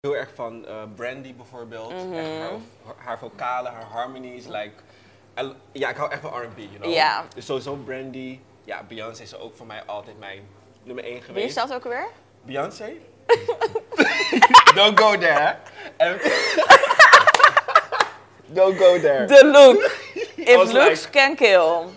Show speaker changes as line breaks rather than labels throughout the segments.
heel erg van eh, Brandy bijvoorbeeld.
Mhm.
Echt haar, haar vocalen, haar harmonies. Like, I- ja, ik hou echt van R&B, you know?
Ja.
Dus sowieso Brandy. Ja, Beyoncé is ook voor mij altijd mijn nummer één
Wie is
geweest.
dat ook weer?
Beyoncé? Don't go there. En- Don't go there.
De look. If
was
looks
like-
can kill.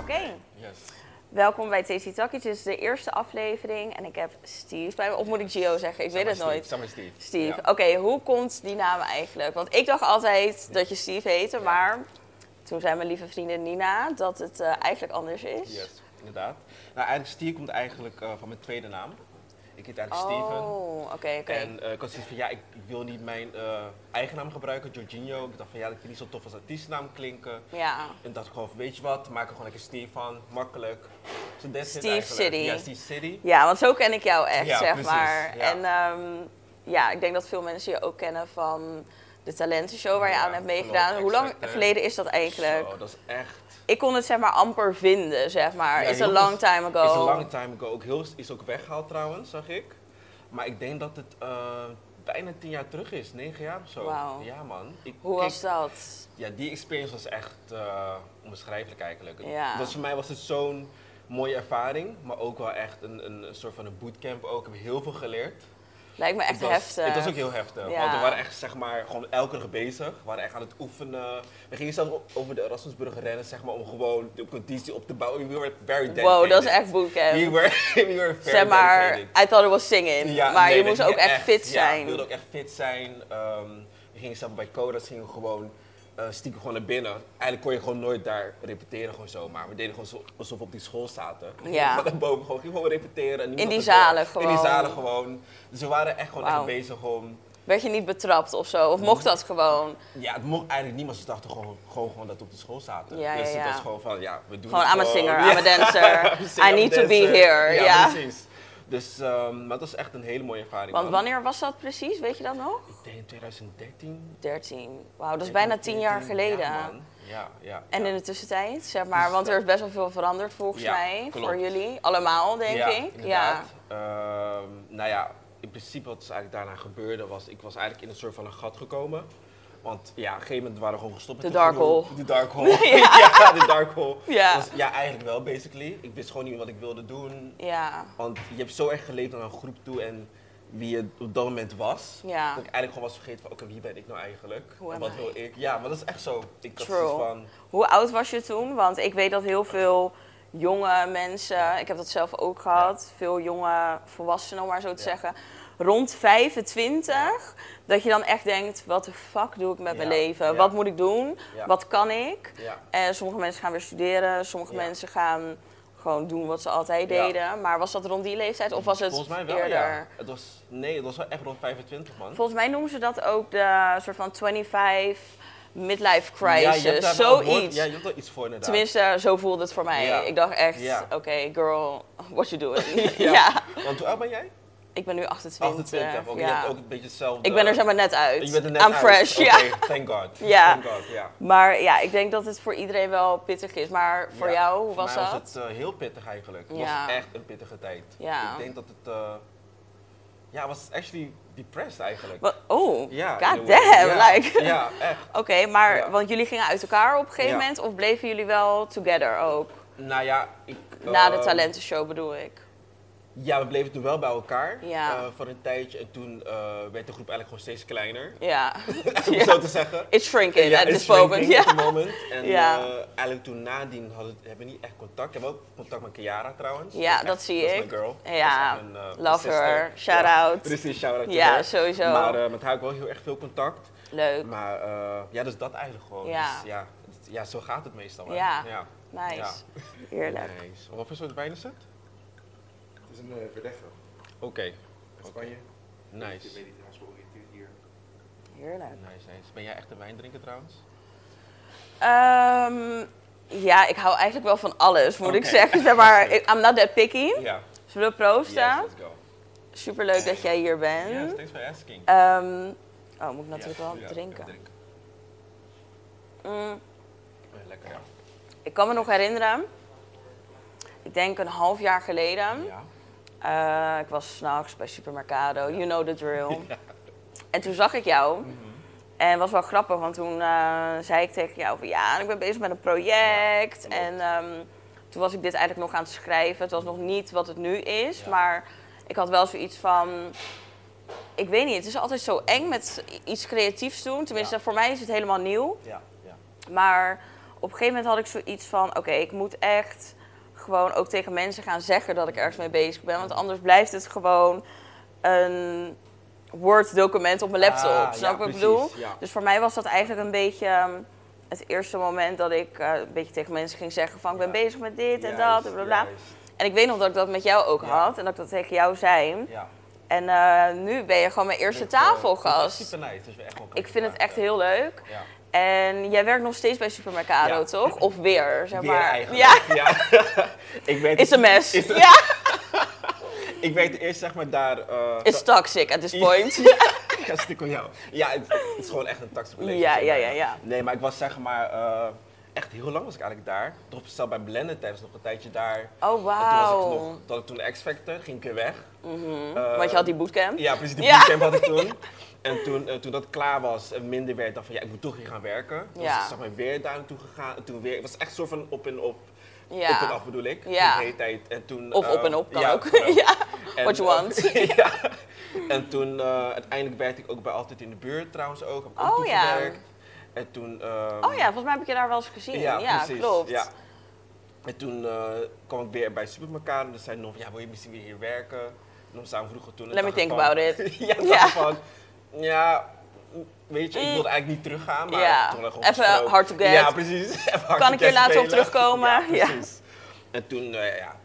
Oké.
Yes.
Welkom bij Tasty Takkies. Dit is de eerste aflevering en ik heb Steve bij me. Of moet ik Gio zeggen? Ik weet het nooit.
Summer Steve.
Steve.
Ja.
Oké, hoe komt die naam eigenlijk? Want ik dacht altijd dat je Steve heette, maar toen zei mijn lieve vriendin Nina dat het eh, eigenlijk anders is.
Yes, inderdaad. Nou, en Steve komt eigenlijk eh, van mijn tweede naam. Ik heet eigenlijk Steven.
Oh, oké, oké.
En eh, ik had zoiets van, ja, ik wil niet mijn eh, eigen naam gebruiken, Jorginho. Ik dacht van, ja, dat je niet zo tof als artiestennaam klinken.
Ja.
En dacht ik gewoon, van, weet je wat, maak er gewoon lekker Steve van, makkelijk. So that's it
Steve
eigenlijk.
City.
Ja, Steve City.
ja, want zo ken ik jou echt,
Ja,
zeg
precies,
maar.
ja.
En ehm, ja, ik denk dat veel mensen je ook kennen van de talentenshow waar je
Ja,
aan hebt
klopt,
meegedaan. Hoe lang
exact, hè.
geleden is dat eigenlijk?
Zo, dat is echt...
Ik kon het zeg maar amper vinden, zeg maar.
Ja,
It's a
heel
long
goed.
time ago.
Is a long time ago. Ook heel, is ook weggehaald trouwens, zag ik. Maar ik denk dat het eh, bijna tien jaar terug is. Negen jaar of zo.
Wauw.
Ja, man. Ik
Hoe
keek-
was dat?
Ja, die experience was echt eh, onbeschrijfelijk eigenlijk.
Ja.
Dus voor mij was het zo'n mooie ervaring, maar ook wel echt een, een soort van een bootcamp ook. Ik heb heel veel geleerd.
Lijkt me echt
het was,
heftig.
Het was ook heel heftig,
Ja.
want we waren echt zeg maar gewoon elke dag bezig. We waren echt aan het oefenen. We gingen zelfs o- over de Erasmusbrug rennen zeg maar om gewoon de conditie op te bouwen. We were very dedicated.
Wow, dat is echt bootcamp.
We were, we were very
zeg maar,
dedicated.
I thought it was singing.
Ja,
maar
nee,
je
dat
moest ook
ging
echt, fit
Ja, ik
zijn.
wilde ook echt fit zijn. Ehm, we gingen zelf bij Codas gingen we gewoon eh, stiekem gewoon naar binnen. Eigenlijk kon je gewoon nooit daar repeteren gewoon zomaar. We deden gewoon zo- alsof we op die school zaten.
Ja.
Van daarboven gewoon, gingen gewoon repeteren. en niemand
In die
had het door.
zalen
In
gewoon.
die zalen gewoon. Dus we waren echt gewoon
Wauw.
echt bezig om...
Werd je niet betrapt of zo? Of
Mm.
mocht dat gewoon?
Ja, het mocht eigenlijk niet, maar ze dachten gewoon, gewoon, gewoon dat we op de school zaten.
Ja, ja,
dus
ja.
het was gewoon van, ja, we doen
Gewoon,
het
I'm a
gewoon.
singer,
Oh, Ja.
I'm a dancer. I need to be
Dansen.
here. Ja,
Ja, precies. Dus, ehm, maar dat was echt een hele mooie ervaring.
Want
man.
wanneer was dat precies? Weet je dat nog?
Ik denk 2013.
13. Wauw, dat is bijna 10 jaar
14,
geleden.
Ja, man. ja, ja.
en in de tussentijd, zeg maar, want er is best wel veel veranderd volgens
Ja,
mij.
klopt.
Voor jullie, allemaal denk
ja,
ik.
Inderdaad. Ehm, nou ja, in principe wat dus eigenlijk daarna gebeurde was, ik was eigenlijk in een soort van een gat gekomen. Want ja, op een gegeven moment waren we gewoon gestopt met
De dark
gedoe.
hole.
De dark hole.
Ja.
ja. de dark hole.
Ja.
Was- ja, eigenlijk wel, basically. Ik wist gewoon niet wat ik wilde doen.
Ja, ja.
Want je hebt zo erg geleefd naar een groep toe en wie je op dat moment was.
Ja.
Dat ik eigenlijk gewoon was vergeten van, oké, wie ben ik nou eigenlijk?
Who
en
am
wat
I?
wil ik? Ja, maar dat is echt zo. Ik had
True.
zoiets van...
Hoe oud was je toen? Want ik weet dat heel veel jonge mensen, ik heb dat zelf ook gehad, veel jonge volwassenen om maar zo te
Ja.
zeggen, rond 25, dat je dan echt denkt, wat de fuck doe ik met mijn
Ja,
leven?
ja.
Wat moet ik doen?
Ja.
Wat kan ik?
Ja.
En sommige mensen gaan weer studeren, sommige
Ja.
mensen gaan gewoon doen wat ze altijd
Ja.
deden. Maar was dat rond die leeftijd of was het
Volgens mij wel,
eerder?
ja. Het was, nee, het was wel echt rond 25, man.
Volgens mij noemen ze dat ook de soort van 25 midlife
Ja, je hebt
crisis,
daar wel een woord-
zoiets.
Ja, je hebt daar iets voor inderdaad.
Tenminste, eh, zo voelde het voor mij.
Ja.
Ik dacht echt,
Ja.
oké, girl, what you doing? ja.
Ja. Want hoe oud ben jij?
Ik ben nu 28.
28. Oké, je
ja.
hebt ook een beetje hetzelfde.
Ik ben er zeg maar net uit.
Je bent er net
I'm
uit.
fresh,
Oké,
ja.
thank God.
Ja.
Thank God, ja.
Maar ja, ik denk dat het voor iedereen wel pittig is. Maar voor
Ja.
jou, hoe was
mij
dat?
was het eh, heel pittig eigenlijk. Het
Ja.
was echt een pittige tijd.
Ja.
Ik denk dat het... eh, ja, het was actually depressed eigenlijk.
Wat- oh,
Ja. in
god
a way.
damn,
Ja.
like.
Ja, echt.
Oké, maar
Ja.
want jullie gingen uit elkaar op een gegeven
Ja.
moment? Of bleven jullie wel together ook?
Nou ja, ik...
Na de
eh,
talentenshow bedoel ik.
Ja, we bleven toen wel bij elkaar
Ja.
eh, voor een tijdje. En toen eh, werd de groep eigenlijk gewoon steeds kleiner.
Ja.
Om
Ja.
zo te zeggen.
It's shrinking
Ja,
at
is
this
shrinking
moment.
at
Ja.
the moment. En
Ja.
eh, eigenlijk toen nadien hadden, hebben we niet echt contact. Ik heb ook contact met Kiara trouwens.
Ja,
is
dat
echt-
zie
dat is
ik.
mijn girl.
Ja,
Dat is echt mijn, eh,
love
mijn sister.
her. Shout out.
Precies, shout out.
Ja, sowieso.
Maar eh, met haar heb ik wel heel erg veel contact.
Leuk.
Maar eh, ja, dus dat eigenlijk gewoon.
Ja.
Dus ja, het- ja, zo gaat het meestal. hè.
Ja.
ja.
Nice.
Ja.
Heerlijk.
Nice. Wat voor soort wijn is het?
Het is een uh, verdeffer.
Oké,
Uit Spanje.
nice.
mediterraan georiënteerd hier.
Heerlijk.
Nice, nice. Ben jij echt een wijndrinker trouwens?
Ehm, ja, ik hou eigenlijk wel van alles, moet ik
Oké.
zeggen. Zeg maar, ik- I'm not that picky.
Ja.
Zullen we proosten?
Yes, let's go.
Superleuk dat jij hier
Yes,
bent.
thanks for asking.
Ehm, oh, moet ik natuurlijk
Yes.
wel
Ja,
drinken.
even drinken.
Mm,
Ja, Lekker, ja.
ik kan me nog herinneren, ik denk een half jaar geleden.
Ja.
Eh, ik was s'nachts bij Supermercado, you know the drill. En toen zag ik jou.
Mhm.
En het was wel grappig, want toen eh, zei ik tegen jou van ja, ik ben bezig met een project.
Ja, klopt.
en ehm, toen was ik dit eigenlijk nog aan het schrijven. Het was nog niet wat het nu is,
Ja.
maar ik had wel zoiets van. Ik weet niet, het is altijd zo eng met iets creatiefs doen. Tenminste,
Ja.
voor mij is het helemaal nieuw.
Ja, ja.
Maar op een gegeven moment had ik zoiets van: oké, ik moet echt gewoon ook tegen mensen gaan zeggen dat ik ergens mee bezig ben. Want anders blijft het gewoon een Word-document op mijn laptop.
Ah,
snap
ja,
je wat ik
precies,
bedoel?
ja.
Dus voor mij was dat eigenlijk een beetje ehm, het eerste moment dat ik eh, een beetje tegen mensen ging zeggen: van ik ben
Ja.
bezig met dit en dat
Juist,
en bla bla.
juist.
En ik weet nog dat ik dat met jou ook
Ja.
had en dat ik dat tegen jou zei.
Ja.
En eh, nu ben je gewoon mijn eerste
Ik, eh,
tafelgast.
Het is super nice, dus we echt wel
ik vind het
elkaar
echt heel leuk.
Ja.
En jij werkt nog steeds bij Supermercado,
Ja.
toch? Of weer, zeg
Weer
maar. Ja,
eigenlijk. Ja. ik weet
is een mes.
Is-
Ja,
Ik weet eerst zeg maar daar. eh,
is toxic at this
Ja.
point. Oh,
Ik ga stikken aan jou. Ja, het, het is gewoon echt een toxic
Ja,
relationship.
ja, ja,
bijna.
ja.
Nee, maar ik was zeg maar... eh, echt heel lang was ik eigenlijk daar. Toch zelf bij Blended tijdens nog een tijdje daar. En
Oh,
toen was ik
wauw. Mhm.
nog... Toen, toen X-Factor, ging ik weer weg. Eh,
Want je had die bootcamp.
Ja, precies. Die
Ja.
bootcamp had ik toen. En toen, eh, toen dat klaar was en minder werd, dacht van ja, ik moet toch hier gaan werken. Toen
Ja.
was ik zeg maar, weer daar naartoe gegaan. En toen weer, het was echt soort van op en op.
Ja.
Op en af bedoel ik.
Ja.
De hele tijd. En toen,
Of
eh,
op en op, kan
ja,
ook.
op en op.
Ja,
En,
what you
eh,
want.
ja. En toen, eh, uiteindelijk werkte ik ook bij Altijd in de Buurt trouwens ook. Heb ik ook
Oh,
toegewerkt. En toen... ehm,
Oh ja, volgens mij heb ik je daar wel eens gezien. Ja, klopt.
ja. En toen eh, kwam ik weer bij Supermercado en toen zei nog, ja, wil je misschien weer hier werken? En dan samen vroegen toen... en
Let me
dacht ik
think
van-
about it.
ja,
Ja.
ja. van, ja, m, weet je, ik
Mm.
wilde eigenlijk niet teruggaan, maar
Ja.
toen hadden we gewoon
Even
gesproken.
hard to get.
Ja, precies. Even hard
Kan
to
ik hier
get
later op
spelen.
terugkomen? Ja.
Ja, precies. En toen, eh, ja,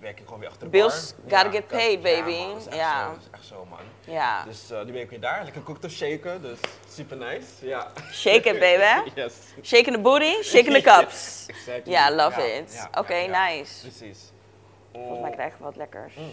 werk ik gewoon weer achter de
Bills
bar.
gotta get paid, baby.
Ja, man, dat is echt
Ja.
zo, dat is echt zo, man.
Ja.
Dus eh, nu ben ik weer daar, lekker cocktail shaken, dus super nice. Ja.
Shake it, baby.
Yes.
Shaking the booty, shaking the cups.
Exactly.
Ja, love it. Oké, nice.
Precies. Oh,
Volgens mij krijgen we wat lekkers.
Mm.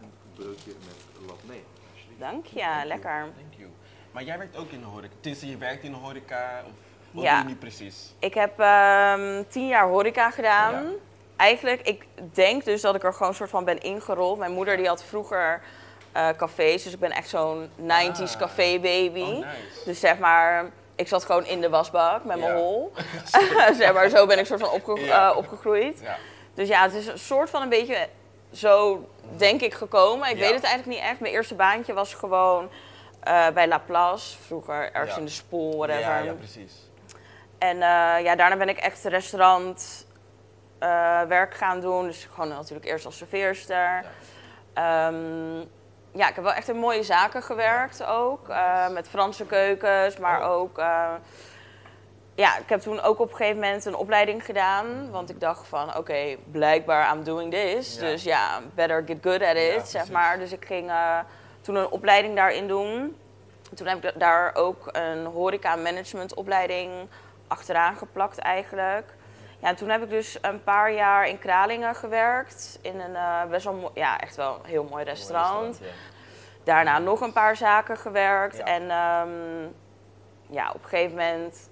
Een broodje met lat. Nee, alsjeblieft.
Dank je, lekker.
Thank you. Maar jij werkt ook in de horeca. Tenminste, je werkt in de horeca. Of wat
Ja.
doe je nu precies?
Ik heb ehm, tien jaar horeca gedaan.
Ja.
Eigenlijk, ik denk dus dat ik er gewoon soort van ben ingerold. Mijn moeder die had vroeger eh, cafés, dus ik ben echt zo'n 90s
Ah.
café baby.
Oh, nice.
Dus zeg maar, ik zat gewoon in de wasbak met mijn
Ja.
hol. zeg maar, zo ben ik soort van opge-
Ja.
eh, opgegroeid.
Ja.
Dus ja, het is een soort van een beetje zo, denk ik, gekomen. Ik
Ja.
weet het eigenlijk niet echt. Mijn eerste baantje was gewoon eh, bij Laplace, vroeger ergens
Ja.
in de spoel, whatever.
ja, ja, precies.
En eh, ja, daarna ben ik echt restaurant eh, werk gaan doen. Dus gewoon natuurlijk eerst als serveerster. Ja. ja, ik heb wel echt in mooie zaken gewerkt ook. eh, met Franse keukens, maar
Oh.
ook... eh, ja, ik heb toen ook op een gegeven moment een opleiding gedaan. Want ik dacht van, oké, blijkbaar I'm doing this.
Ja.
Dus ja, better get good at it, zeg
precies.
maar. Dus ik ging eh, toen een opleiding daarin doen. Toen heb ik da- daar ook een horeca management opleiding achteraan geplakt eigenlijk. Ja, en toen heb ik dus een paar jaar in Kralingen gewerkt. In een eh, best wel, mooi- ja, echt wel een heel mooi restaurant.
Mooi
Daarna nog een paar zaken gewerkt.
Ja.
En ehm, ja, op een gegeven moment...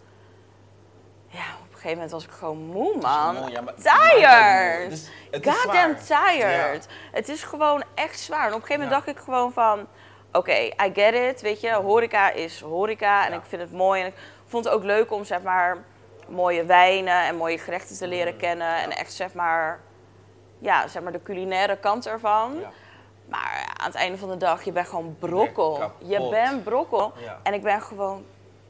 Ja, op een gegeven moment was ik gewoon moe, man.
mooi, ja, maar- maar
tired!
het is- het is
Goddamn
zwaar.
tired! Het is gewoon echt zwaar. En op een gegeven moment
Ja.
dacht ik gewoon van... Oké, I get it, weet je. Horeca is horeca en
Ja.
ik vind het mooi. En ik vond het ook leuk om, zeg maar, mooie wijnen en mooie gerechten te
Mm.
leren kennen. En echt, zeg maar... Ja, zeg maar de culinaire kant ervan.
Ja.
Maar aan het einde van de dag, je bent gewoon brokkel.
Je bent
Je
kapot.
bent brokkel.
Ja.
En ik ben gewoon,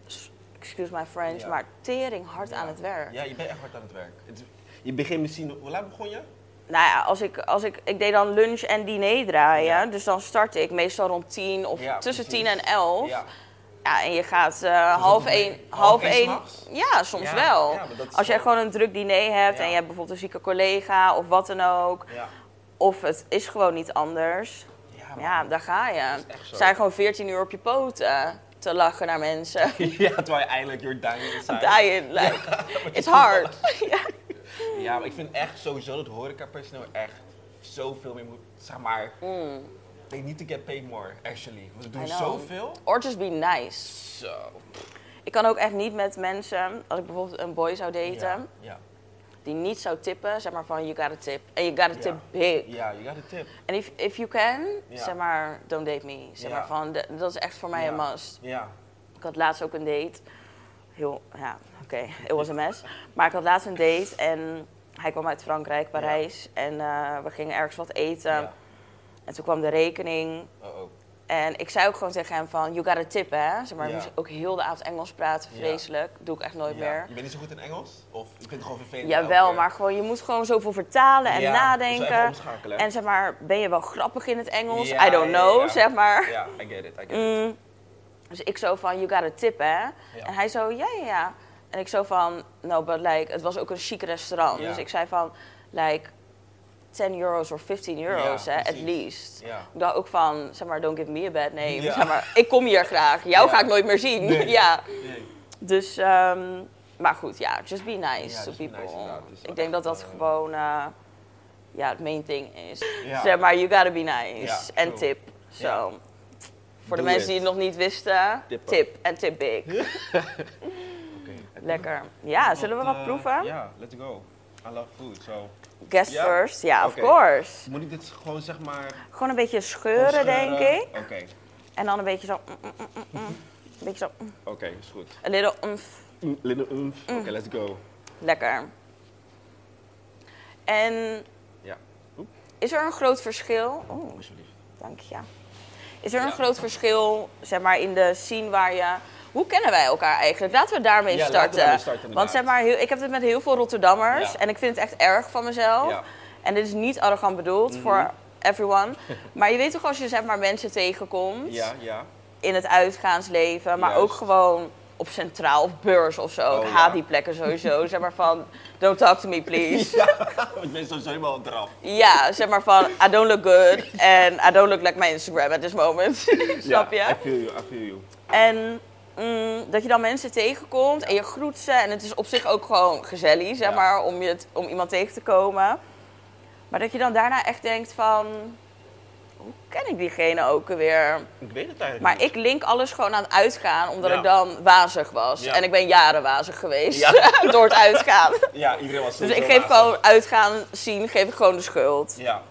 s- excuse my French,
Ja.
maar tering hard aan het werk.
Ja, je bent echt hard aan het werk. Het, je begint misschien... Hoe laat begon je?
Nou ja, als ik, als ik, ik deed dan lunch en diner draaien.
Ja.
Dus dan startte ik meestal rond tien of
Ja,
tussen
precies.
tien en elf.
Ja.
Ja. en je gaat eh, half
ook
één,
een-
half
half één
één,
s'nachts?
ja, soms
Ja,
wel.
ja, maar dat is
als jij
wel-
gewoon een druk diner hebt
Ja.
en je hebt bijvoorbeeld een zieke collega of wat dan ook,
Ja.
of het is gewoon niet anders,
Ja, maar.
Ja, daar ga je.
is echt zo.
Zijn gewoon 14 uur op je poten te lachen naar mensen.
ja, terwijl je eigenlijk your dying inside.
Dying, like, it's hard. ja.
Ja, maar ik vind echt sowieso dat horecapersoneel echt zoveel meer moet, zeg maar... They need to get paid more, actually. Want Ze
Mm. I
doen
know.
zoveel.
Or just be nice.
Zo.
Ik kan ook echt niet met mensen, als ik bijvoorbeeld een boy zou daten,
Ja, ja.
die niet zou tippen, zeg maar van you gotta tip. En you gotta tip
Ja.
big.
Ja, you got a tip.
En if, if you can,
Ja.
zeg maar, don't date me. Zeg
Ja.
maar van, de- dat is echt voor mij
Ja.
een must.
Ja.
Ik had laatst ook een date. Heel, ja, oké, it was a mess. Maar ik had laatst een date en hij kwam uit Frankrijk, Parijs. En eh, we gingen ergens wat eten.
ja.
En toen kwam de rekening.
Oh, oh.
En ik zei ook gewoon tegen hem van, you got a tip, hè? Zeg maar,
Ja.
we moesten ook heel de avond Engels praten,
Ja.
vreselijk. Doe ik echt nooit
Ja.
meer.
Je bent niet zo goed in Engels? Of je vindt het gewoon vervelend?
Jawel, maar gewoon, je moet gewoon zoveel vertalen en
Ja, dus even
nadenken.
omschakelen.
En zeg maar, ben je wel grappig in het Engels?
Ja,
I don't
ja,
know,
ja.
zeg maar.
Ja, I get it, I get it.
Dus ik zo van, you got a tip, hè? En hij zo, ja, ja, ja. En ik zo van, no, but like, het was ook een chic restaurant.
Ja.
Dus ik zei van, like, 10 euro's of 15 euro's,
Ja,
hè, at
precies.
least.
Ja.
Ik dacht ook van, zeg maar, don't give me a bad name.
Ja.
Zeg maar, ik kom hier graag. Jou
Ja.
ga ik nooit meer zien.
Nee.
ja.
Nee.
Dus, ehm, maar goed, ja, just be nice
Ja,
to
just be nice,
people.
inderdaad. Dus
ik denk dat dat
echt, eh,
gewoon, eh, ja, het main thing is.
Ja.
Zeg maar, you gotta be nice.
Ja,
en
true.
tip. Zo.
Ja.
Voor de
Doe
mensen
it.
die het nog niet wisten,
Tippen.
tip en tip big.
Oké.
Lekker. Ja, zullen we
Wat,
wat
eh,
proeven?
Ja, let's go. I love food, so...
Guest
Ja?
first, ja, of
Oké.
course.
Moet ik dit gewoon zeg maar...
Gewoon een beetje scheuren, denk ik.
Oké,
En dan een beetje zo. mm, mm, mm, mm, mm. Een beetje zo. mm,
oké, is goed.
Een little umf.
Mm, Little oomph.
Mm.
Oké, let's go.
Lekker. En
Ja. Oep,
is er een groot verschil? Oeh,
alsjeblieft.
dank je. Is er een
Ja.
groot verschil, zeg maar, in de scene waar je. Hoe kennen wij elkaar eigenlijk? Laten we daarmee
Ja, laten we
starten.
daarmee starten,
Want
inderdaad.
zeg maar, heel, ik heb het met heel veel Rotterdammers
Ja.
en ik vind het echt erg van mezelf.
Ja. Mhm.
En dit is niet arrogant bedoeld voor everyone. Maar je weet toch als je zeg maar mensen tegenkomt
Ja, ja.
in het uitgaansleven, maar
Juist.
ook gewoon op centraal of beurs of zo.
Oh,
ik haat
ja.
die plekken sowieso. zeg maar van, don't talk to me please.
Want ik ben sowieso helemaal eraf.
Ja, zeg maar van, I don't look good and I don't look like my Instagram at this moment. Snap je?
Ja, I feel you, I feel you.
En mm, dat je dan mensen tegenkomt en je groet ze. En het is op zich ook gewoon gezellig, zeg
Ja.
maar, om, je t- om iemand tegen te komen. Maar dat je dan daarna echt denkt van, hoe ken ik diegene ook alweer?
Ik weet het eigenlijk
Maar
niet.
ik link alles gewoon aan het uitgaan, omdat
Ja.
ik dan wazig was.
Ja.
En ik ben jaren wazig geweest
Ja.
door het uitgaan.
Ja, iedereen was
Dus
sowieso
ik geef
wazig.
gewoon uitgaan, zien, geef ik gewoon de schuld.
Ja.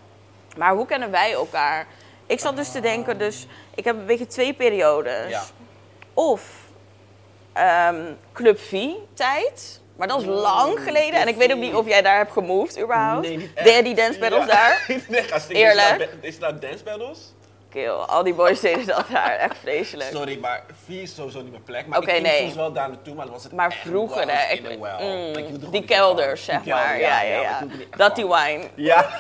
Maar hoe kennen wij elkaar? Ik zat dus te denken, dus ik heb een beetje twee periodes.
Ja.
Of ehm, Club V-tijd. Maar
Oh,
dat is lang geleden. En ik weet ook niet of jij daar hebt gemoved überhaupt.
Nee, niet echt.
Deed jij die dance battles
Ja.
daar?
nee, ga stinken. Is
Eerlijk.
dat- Is dat dance battles?
Kill, al die boys deden dat daar. Echt vreselijk.
Sorry, maar vier is sowieso niet mijn plek. Maar
Oké,
ik ging
nee.
soms wel daar naartoe, maar dan was het
Maar
echt
vroeger,
once
hè,
in
ik- mm,
a while. Like, je hield er gewoon
Die
niet echt van.
kelders, zeg
Die kelder,
maar. Ja, ja,
maar ik
ja.
hield er niet echt
Dat die
van.
wine.
Ja.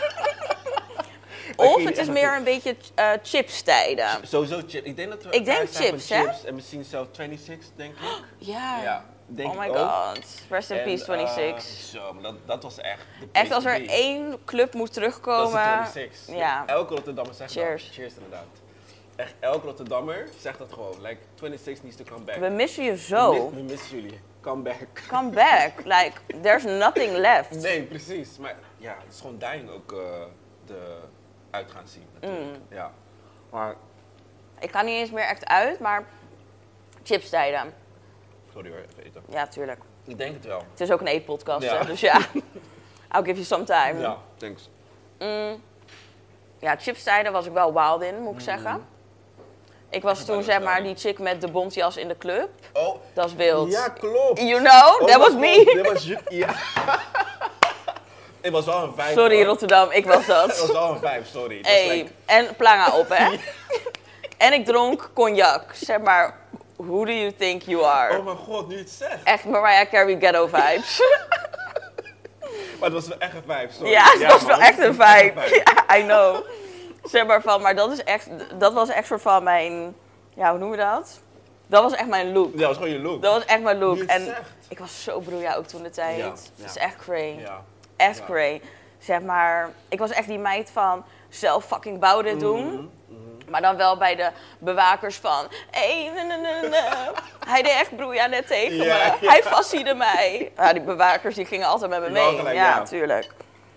Of
niet
het is
echt
meer een beetje eh chips tijden.
Sowieso chips. Ik denk dat we
Ik denk
elkaar zijn van
chips, hè?
chips en misschien zelf 26, denk ik.
Ja.
Ja, denk
oh my
ik ook.
god. Rest in
En,
peace,
eh,
26.
zo, maar dat, dat was echt de
Echt,
place
als
to
er
be.
één club moet
Dat is de
terugkomen.
26.
Ja.
Elke Rotterdammer zegt
Cheers.
dat. Cheers, inderdaad. Echt, elke Rotterdammer zegt dat gewoon. Like, 26 needs to come back.
We missen je
We
zo.
mis- we missen jullie. Come back.
Come back. Like, there's nothing left.
Nee, precies. Maar ja, het is gewoon dying ook eh, de uitgaan zien natuurlijk.
Mm.
Ja. Maar,
Ik kan niet eens meer echt uit, maar chips tijden.
sorry hoor, even eten.
Ja, tuurlijk.
Ik denk het wel.
Het is ook een eetpodcast,
Ja.
hè, dus ja. I'll give you some time.
Ja, thanks.
Ja, chips tijden was ik wel wild in,
Mm.
moet ik zeggen. Ik was
Ik
toen,
ben
zeg
ook
maar,
wild.
die chick met de bontjas in de club.
Oh,
Dat is wild.
ja, klopt.
You know,
Oh
that
my
was
God,
me.
Dit was ju- ja. Het was wel een vijf.
Sorry
hoor.
Rotterdam, ik was
Het
dat.
was wel een vijf, sorry. Het was
Hey,
like-
en planga op, hè? En ik dronk cognac. Zeg maar, who do you think you are?
oh mijn god, nu het zegt.
Echt Mariah Carey ghetto vibes.
Maar het was wel echt een vijf, sorry.
Ja, dat was wel
man.
echt een vibe.
Echt een
Ja, I know. Zeg maar van, maar dat is echt, dat was echt soort van mijn, ja, hoe noem je dat? Dat was echt mijn look.
Ja, dat was gewoon je look.
Dat was echt mijn look.
Nu het
En
zegt.
ik was zo broeia ook toen de tijd.
Ja,
Het
ja.
is echt cray.
Ja.
Echt
Ja. Mhm,
cray. Zeg maar, ik was echt die meid van zelf fucking bouwden doen. Maar dan wel bij de bewakers van. Hey, nee, nee, nee, nee. Hij deed echt broeia net tegen
Ja,
me.
ja.
Hij vastziende mij. Ja, die bewakers die gingen altijd met me
Die wou
mee.
gelijk,
ja,
ja.
tuurlijk.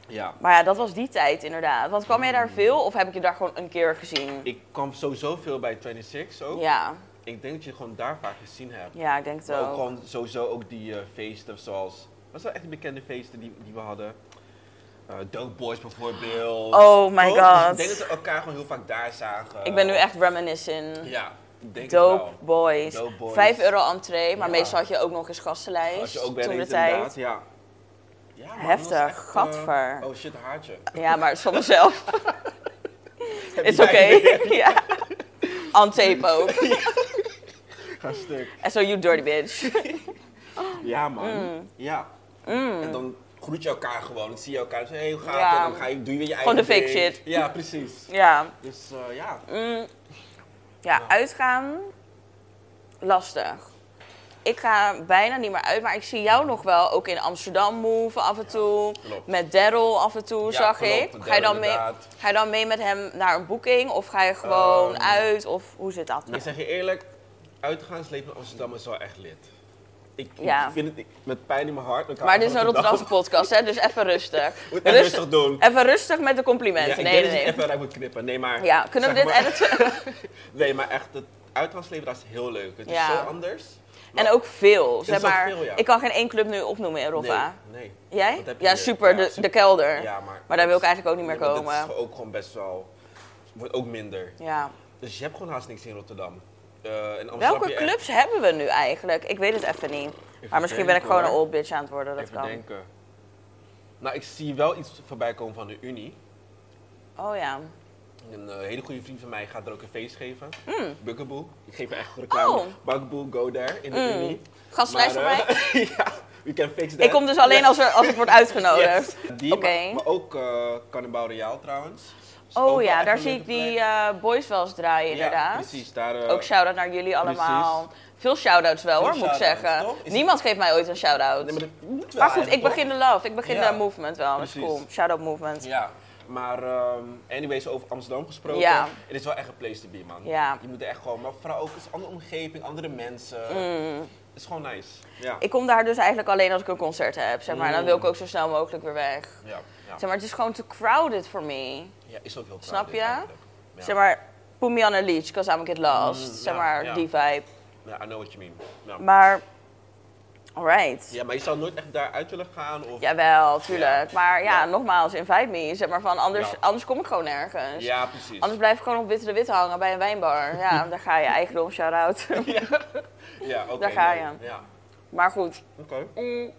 Ja.
Maar ja, dat was die tijd inderdaad. Want kwam jij daar veel of heb ik je daar gewoon een keer gezien?
Hmm. Ik kwam sowieso veel bij 26 ook.
Ja,
Ik denk dat je het gewoon daar vaak gezien hebt.
ja, ik denk
Maar ook
zo.
gewoon sowieso ook die eh, feesten zoals... Dat zijn echt de bekende feesten die, die we hadden. Eh Dope Boys bijvoorbeeld.
Oh my
Toch? Dus
god.
ik denk dat we elkaar gewoon heel vaak daar zagen.
Ik ben nu echt reminiscent.
eh, Ja, ik denk het
Dope
wel.
boys.
Dope boys.
5 euro entree, maar
Ja.
meestal had je ook nog eens gastenlijst.
Als je ook
toen de
bent
tijd.
inderdaad, ja. ja man,
Heftig,
dat was echt, eh,
gadver.
oh shit, haartje.
Ja, maar het is van mezelf. Is oké. ja. On tape ook.
Ga stuk.
En zo, you dirty bitch.
Ja man,
Mm.
ja. En dan groet je elkaar gewoon. Ik zie je elkaar. Dus, hey, hoe gaat
Ja.
het? En dan ga je, doe je weer je eigen
Gewoon de fake
ding.
shit. Mm.
Ja, precies.
Ja.
Dus eh, ja.
Ja, uitgaan. Lastig. Ik ga bijna niet meer uit, maar ik zie jou nog wel ook in Amsterdam move af en toe.
klopt.
met Daryl af en toe,
Ja,
zag
klopt,
ik.
met
Ga je, dan
Daryl
mee,
inderdaad.
ga je dan mee met hem naar een boeking? Of ga je gewoon
Ehm,
uit? Of hoe zit dat?
Ik zeg je eerlijk, uitgaansleven in Amsterdam is wel echt lid. Ik, ik
Ja.
vind het ik- met pijn in mijn hart. ik hou
Maar dit is
van
een Rotterdamse podcast, hè? Dus even rustig.
Moet even rustig doen.
Even rustig met de
Ja,
complimenten.
ik
nee,
denk
nee,
dat je
nee.
even eruit moet knippen. Nee, maar...
Ja, kunnen we
zeg
dit
maar-
editen?
Nee, maar echt, het uitgaansleven daar is heel leuk. Het
Ja.
is zo anders.
En ook veel. Zeg
is ook
maar,
veel, ja.
ik kan geen één club nu opnoemen in Roffa.
Nee, nee.
Jij?
Dat heb je
Ja,
niet.
super,
Ja,
de,
super.
de kelder.
Ja, maar...
Maar daar wil ik eigenlijk ook niet meer
Nee, want
komen.
Dat is ook gewoon best wel... Wordt ook minder.
Ja.
Dus je hebt gewoon haast niks in Rotterdam. Eh, in Amsterdam heb
Welke
je
clubs hebben we nu eigenlijk? Ik weet het even niet. maar misschien ben ik
denken,
gewoon een
hoor.
old bitch aan het worden, dat
Echt, even
kan.
denken. Nou, ik zie wel iets voorbij komen van de Unie.
Oh ja.
Een eh, hele goede vriend van mij gaat er ook een feest geven. Bugaboo. Ik geef echt reclame.
Hmm. Oh. Hmm.
Bugaboo, go there in de Unie.
Gastlijst voor
Maar,
mij.
eh, ja, we can fix that.
Ik kom dus alleen
Ja.
als, er, als ik word uitgenodigd.
Yes. Die,
Oké.
maar, maar ook eh Cannibal Royale trouwens. Is ook
Oh
wel
ja,
echt
daar
een
zie ik
leuke
die
plek.
eh, boys wel eens draaien, inderdaad.
Ja, precies. Daar, eh,
Ook shout-out naar jullie allemaal. Veel shout-outs wel
Veel
hoor, moet ik
shout-outs,
zeggen.
toch? Is
Niemand geeft mij ooit een shout-out.
nee, maar, dat moet wel
maar goed, ik
eigenlijk,
begin de love. Ik begin
Ja.
de movement wel. Dat is
Precies.
cool. Shout-out movement.
toch? Ja. Maar ehm, anyways, over Amsterdam gesproken.
Ja.
Het is wel echt een place to be, man.
Ja.
Je moet er echt gewoon... Maar vooral ook, het is een andere omgeving, andere mensen. Het is gewoon nice. Ja.
Mm. Ik kom daar dus eigenlijk alleen als ik een concert heb, zeg maar. Dan wil ik ook zo snel mogelijk weer weg.
ja, ja.
Zeg maar, het is gewoon te crowded voor me.
Ja, is ook heel
Snap
crowded
je?
eigenlijk. Ja.
Zeg maar, put me on a leash, cause I'm a get lost.
Mm,
zeg
ja,
maar,
ja.
die vibe.
Ja, I know what you mean. Ja.
Maar, alright.
ja, maar je zou nooit echt daar uit willen gaan of...
Jawel, tuurlijk. Maar ja,
Ja.
nogmaals, invite me. Zeg maar van, anders,
Ja.
anders kom ik gewoon nergens.
Ja, precies.
Anders blijf ik gewoon op Witte de Wit hangen bij een wijnbar. Ja, daar ga je. Eigendom, shout-out.
Ja, oké.
Daar ga
nee.
je.
Ja,
maar goed,
oké.
mm,
Ik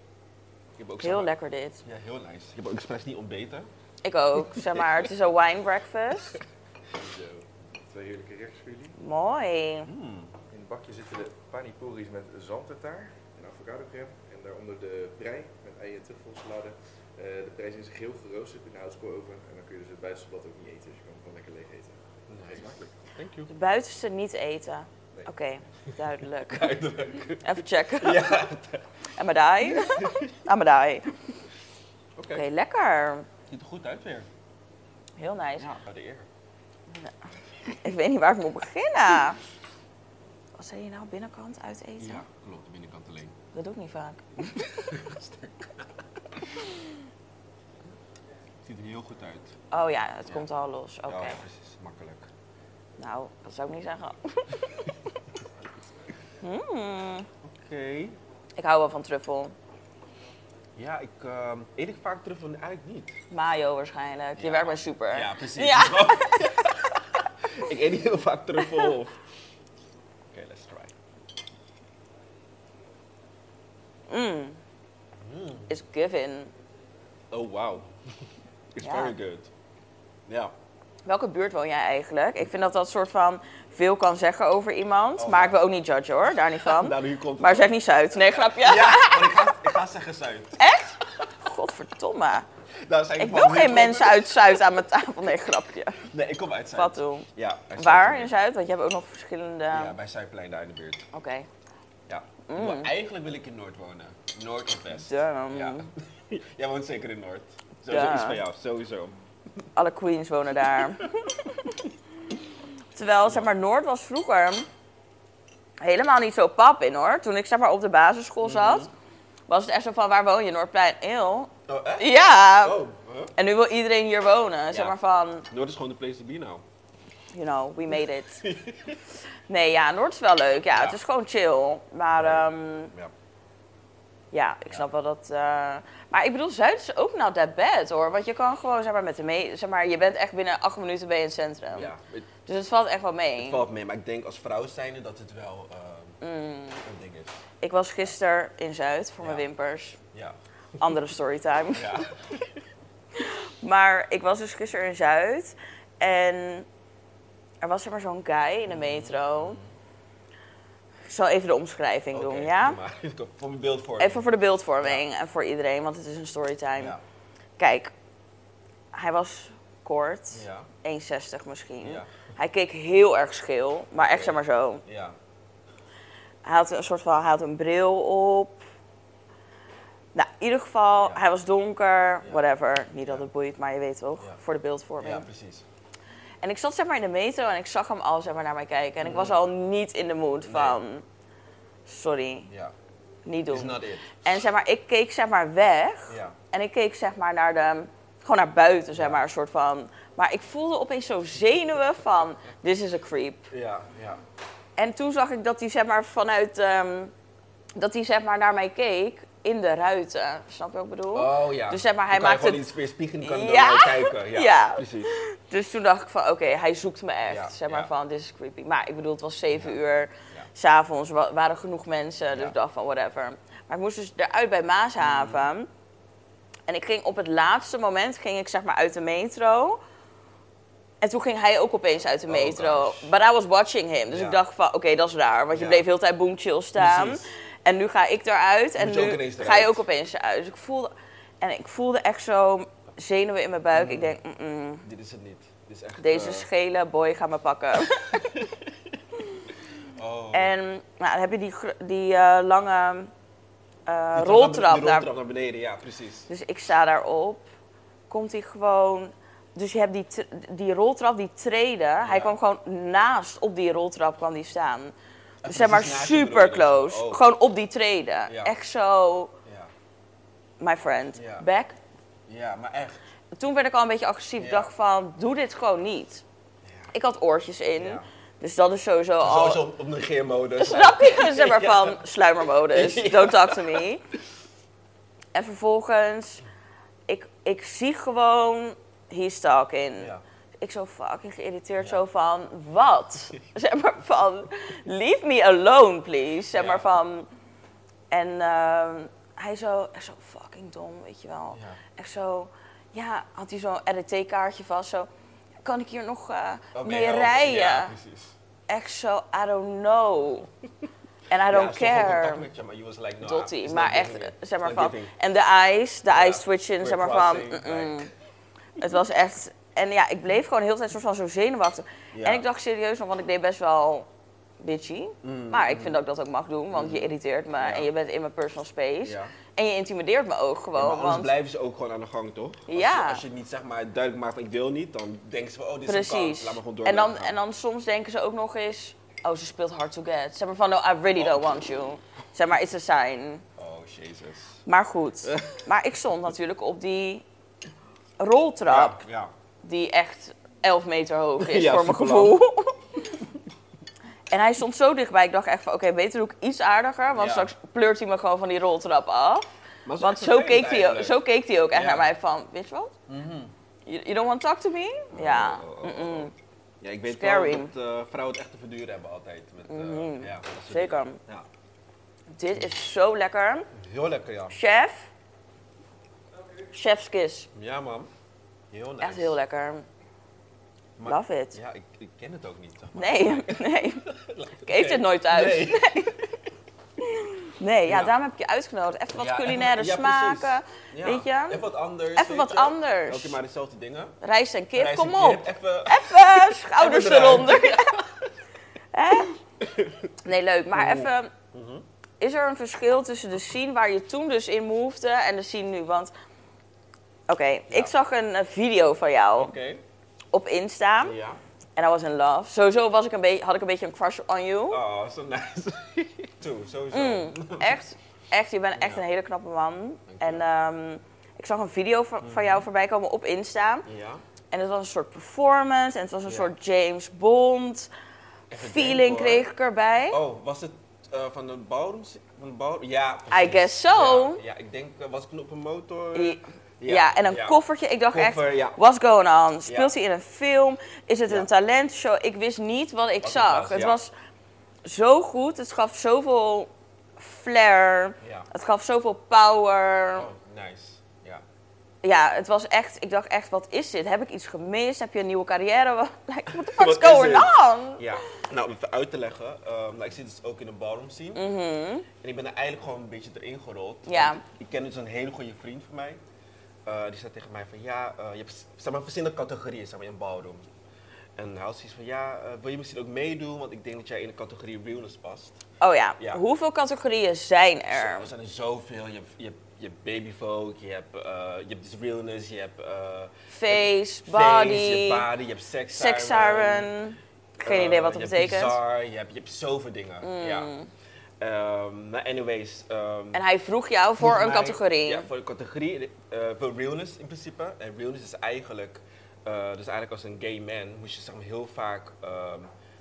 heb ook
heel
zomaar-
lekker dit.
Ja, heel nice. Ik heb ook expres niet ontbeten.
Ik ook, zeg maar. Het is een wine breakfast.
Zo. Twee heerlijke rechts voor jullie.
Mooi.
Hmm,
In het bakje zitten de panipuris met zalmtartaar en avocado crème. En daaronder de prei met ei en truffelsalade. Eh, de prei is in zijn geel geroosterd in de houtskooloven. En dan kun je dus het buitenblad ook niet eten. Dus je kan hem gewoon lekker leeg eten. Heel makkelijk.
Thank you.
De buitenste niet eten.
Nee.
Oké, duidelijk.
Duidelijk.
Even checken. Am I die? Am I die? Oké,
Oké.
lekker.
Ziet er goed uit weer.
Heel nice.
Ja, de eer.
Ik weet niet waar ik moet beginnen. Wat zei je nou? Binnenkant uit eten?
klopt. De binnenkant alleen.
Dat doe ik niet vaak.
Ziet er heel goed uit.
Oh ja, het
Ja.
komt al los. Oké.
Ja, precies. Makkelijk.
Nou, dat zou ik niet zeggen. Mm.
Oké.
Ik hou wel van truffel.
Ja, ik ehm eet ik vaak truffel eigenlijk niet.
Mayo waarschijnlijk. Je
Ja.
werkt bij Super.
Ja, precies.
Ja.
ik eet niet heel vaak truffel. of- Oké, let's try.
Mm. Is given.
Oh, wow. It's
Ja.
very good. Ja.
Welke buurt woon jij eigenlijk? Ik vind dat dat soort van veel kan zeggen over iemand.
Oh.
Maar ik wil ook niet judgen hoor, daar niet van.
Nou, hier komt het.
Hm? Maar zeg niet Zuid. Nee, grapje.
Ja, maar ik ga, ik ga zeggen Zuid.
Echt? Godverdomme.
Nou, zeg
Ik
van
wil
niet
geen
onder-
mensen uit Zuid aan mijn tafel. Nee, grapje.
Nee, ik kom uit Zuid.
Wat doen?
Ja, uit Zuid.
Waar in Zuid? Want je hebt ook nog verschillende...
Ja, bij Zuidplein daar in de buurt.
Oké.
Ja. Ik
Mm.
wil- eigenlijk wil ik in Noord wonen. Noord of West.
Damn.
Ja. Jij woont zeker in Noord. Sowieso
Damn.
iets van jou, sowieso.
Alle queens wonen daar. Terwijl, zeg maar, Noord was vroeger helemaal niet zo pap in, hoor. Toen ik, zeg maar, op de
Mhm.
basisschool zat, was het echt zo van, waar woon je? Noordplein, eeuw.
Oh, echt?
Ja.
Oh, huh?
En nu wil iedereen hier wonen. Zeg
Ja.
maar van,
Noord is gewoon de place to be nou.
you know, we made it. nee, ja, Noord is wel leuk. Ja, het
Ja.
is gewoon chill. Maar ehm,
Ja.
ja, ik snap wel dat... eh, Maar ik bedoel, Zuid is ook not that bad, hoor. Want je kan gewoon, zeg maar, met de mee... Zeg maar, je bent echt binnen acht minuten bij het centrum.
ja. Het,
Dus het valt echt wel mee.
het valt mee, maar ik denk als vrouw zijnde dat het wel ehm,
Mm.
een ding is.
Ik was gisteren in Zuid voor mijn
Ja.
wimpers.
Ja.
Andere storytime.
ja.
Maar ik was dus gisteren in Zuid. En er was er maar zo'n guy in de metro. Ik zal even de omschrijving
Oké,
doen, ja?
doe maar. Ik heb voor mijn beeld voor.
Even voor de beeldvorming en voor iedereen, want het is een storytime.
Ja.
Kijk, hij was kort,
Ja.
1,60 misschien.
Ja.
Hij keek heel erg scheel, maar echt
Oké.
zeg maar zo.
Ja.
Hij had een soort van, hij had een bril op. Nou, in ieder geval,
Ja.
hij was donker,
Ja.
whatever. Niet dat
Ja.
het boeit, maar je weet toch,
Ja.
voor de beeldvorming.
ja, precies.
En ik zat zeg maar in de metro en ik zag hem al zeg maar naar mij kijken. En ik
Mm.
was al niet in de mood van, sorry,
Ja.
niet
Is
doen.
not it.
En zeg maar, ik keek zeg maar weg.
Ja.
En ik keek zeg maar naar de, gewoon naar buiten zeg
Ja.
maar, een soort van. Maar ik voelde opeens zo zenuwen van, this is a creep.
Ja, ja.
En toen zag ik dat hij zeg maar vanuit, ehm, dat hij zeg maar naar mij keek in de ruiten. Snap je wat ik bedoel?
Oh ja.
Dus zeg maar, hij
Dan kan
maakt
je gewoon
het-
iets weerspiegelen, kan
Ja.
ja. naar kijken. Ja,
Ja.
precies.
Dus toen dacht ik van, oké, hij zoekt me echt.
Ja,
zeg maar
ja.
van, this is creepy. Maar ik bedoel, het was zeven uur,
Ja.
s'avonds wa- waren genoeg mensen. Dus
Ja.
ik dacht van, whatever. Maar ik moest dus eruit bij Maashaven.
Mm.
En ik ging op het laatste moment, ging ik zeg maar uit de metro. En toen ging hij ook opeens uit de
Oh,
metro.
gosh.
But I was watching him. Dus
Ja.
ik dacht van, oké, dat is raar. Want je
Ja.
bleef heel de tijd boom chill staan.
Precies.
En nu ga ik eruit. En
Moet je ook
nu
ineens
ga je
eruit.
ook opeens eruit. Dus ik voelde, en ik voelde echt zo zenuwen in mijn buik. Ik denk, mm, mm.
Dit is het niet. Dit is echt...
Deze
eh,
schele boy gaat me pakken.
oh.
En nou, dan heb je die, gr- die eh, lange eh,
Die
roltrap
die
daar.
roltrap naar beneden, ja, precies.
Dus ik sta daarop. Komt hij gewoon. Dus je hebt die, tr- die roltrap, die treden. Hij
Ja.
kwam gewoon naast op die roltrap kwam die staan. Dus zeg maar
precies naast je bedoel
super
je dan?
close.
Oh.
Gewoon op die treden.
Ja.
Echt zo,
Ja.
my friend.
Ja.
Back.
ja, maar echt.
Toen werd ik al een beetje agressief. Ik
Ja.
dacht van, doe dit gewoon niet. Ik had oortjes in.
Ja.
Dus dat is sowieso al...
Zoals op, op negeermodus.
Snap je? Zeg maar van sluimermodus. Don't talk to me. En vervolgens, ik, ik zie gewoon, he's talking.
Ja.
Ik zo fucking geïrriteerd, zo van, wat? Zeg maar van, leave me alone, please. Zeg
Ja.
maar van, en ehm, hij zo, echt zo fucking dom, weet je wel.
Ja.
Echt zo, ja, had hij zo'n RDT-kaartje vast, zo, kan ik hier nog eh,
Oké,
mee
oh,
rijden?
Ja, precies.
echt zo, I don't know. And I
Ja,
don't
stond wel
care.
contact met je, maar you was like, no,
Dottie,
it's
maar
not
echt, eh,
giving it.
zeg maar
It's not
van.
giving.
En de eyes, de
Ja,
eyes twitching, zeg
we're
maar van.
crossing,
mm-mm.
like-
Het was echt. En ja, ik bleef gewoon heel de tijd soort van zo zenuwachtig.
Ja.
En ik dacht serieus nog, want ik deed best wel bitchy.
Mm,
maar ik vind dat ik dat ook mag doen, want je irriteert me en je bent in mijn personal space.
Ja.
En je intimideert me ook
Ja,
gewoon.
maar anders
want
blijven ze ook gewoon aan de gang, toch? Als,
Ja.
je, als je het niet zeg maar, duidelijk maakt van ik wil niet, dan denken ze van oh, dit is een
precies.
kans, laat maar gewoon door.
en, dan,
blijven
en
gaan.
dan soms denken ze ook nog eens, oh ze speelt hard to get. Zeg maar van, no, I really don't want you. Zeg maar, it's a sign.
Oh, jezus.
Maar goed, maar ik stond natuurlijk op die roltrap
Ja, ja.
die echt 11 meter hoog is
Ja,
voor mijn
superlang.
gevoel. en hij stond zo dichtbij, ik dacht echt van oké, beter doe ik iets aardiger, want
Ja.
straks pleurt hij me gewoon van die roltrap af.
Maar het is
Want
echt
zo
vervelend
keek, hij,
eigenlijk.
zo keek hij ook echt
Ja. Mhm.
naar mij van, weet je wat? You, you don't want to talk to me? ja.
Oh, oh, oh, oh. Ja, ik weet
Scary. Mhm.
wel dat eh, vrouwen het echt te verduren hebben altijd. Met, eh, ja, dat soort
Zeker.
dingen. Ja.
Dit is zo lekker.
Heel lekker, ja.
Chef. Chef's kiss.
Ja, man. Heel nice.
Echt heel lekker.
Maar-
Love it.
Ja, ik, ik ken het ook niet. zeg maar.
Nee, nee. Ik eet
Nee.
het nooit thuis.
Nee.
Nee, ja,
Ja.
daarom heb ik je uitgenodigd. Even wat
Ja,
culinaire
even- ja,
smaken.
precies. Ja,
Weet je?
Even wat anders.
Even
weet
wat
je.
anders.
Elke keer maar dezelfde dingen.
Rijst en kip,
Rijst en
kom
kip,
op.
Even...
Even schouders
Even eruit.
eronder. Hè? nee, leuk. Maar even,
Mhm.
is er een verschil tussen de scene waar je toen dus in moefde en de scene nu? Want, oké, ik zag een eh, video van jou
Oké.
op Insta.
Ja.
En I was in love. Sowieso was ik een beetje, had ik een beetje een crush on you.
Oh, zo nice. Toe, sowieso.
Mm. Echt, echt, je bent echt
Ja.
een hele knappe man.
Dank je. Mm.
En ehm, ik zag een video van, van jou voorbij komen op Insta.
Ja.
En het was een soort performance en het was een
Ja.
soort James Bond.
Echt een
Feeling
denk, hoor.
kreeg ik erbij.
Oh, was het eh, van de ballroom? Van de ballroom? Ja.
I guess so.
Ja, ja, ik denk, eh, was ik toen op een motor?
I- Ja, en een koffertje. Ik dacht echt,
Koffer, ja.
what's going on? Speelt
Ja.
hij in een film? Is het
Ja.
een talentshow? Ik wist niet wat ik
Wat het
zag.
was,
het
ja.
was zo goed. Het gaf zoveel flair.
Ja.
Het gaf zoveel power.
Oh, nice. Ja.
Ja, het was echt... Ik dacht echt, wat is dit? Heb ik iets gemist? Heb je een nieuwe carrière? Wat- like, what the fuck's
Wat is
going
dit?
on?
Ja, nou om even uit te leggen, ehm, nou, ik zit dus ook in de ballroom scene. En ik ben er eigenlijk gewoon een beetje erin gerold.
Mhm. Ja.
Want Ik, ik ken dus een hele goede vriend van mij. Eh, die zei tegen mij van ja, eh, je hebt zeg maar, verschillende categorieën zeg maar, in ballroom. En hij had zoiets van ja, eh, wil je misschien ook meedoen? Want ik denk dat jij in de categorie realness past.
Oh ja.
Ja.
hoeveel categorieën zijn er?
Zo, er zijn er zoveel. Je hebt, je hebt, je hebt baby folk, je hebt, eh, je hebt dus realness, je hebt eh,
Face,
face,
body,
je hebt body, je hebt sex
sex
siren.
siren. Geen idee wat
Eh,
dat
je hebt
betekent. Mm.
bizar, je, hebt, je hebt zoveel dingen. Ja. Ehm, maar anyways. ehm,
En hij vroeg jou voor
volgens
een
mij-
categorie.
Ja, voor een categorie. eh, voor realness in principe. En realness is eigenlijk, eh, dus eigenlijk als een gay man, moest je zeg maar, heel vaak ehm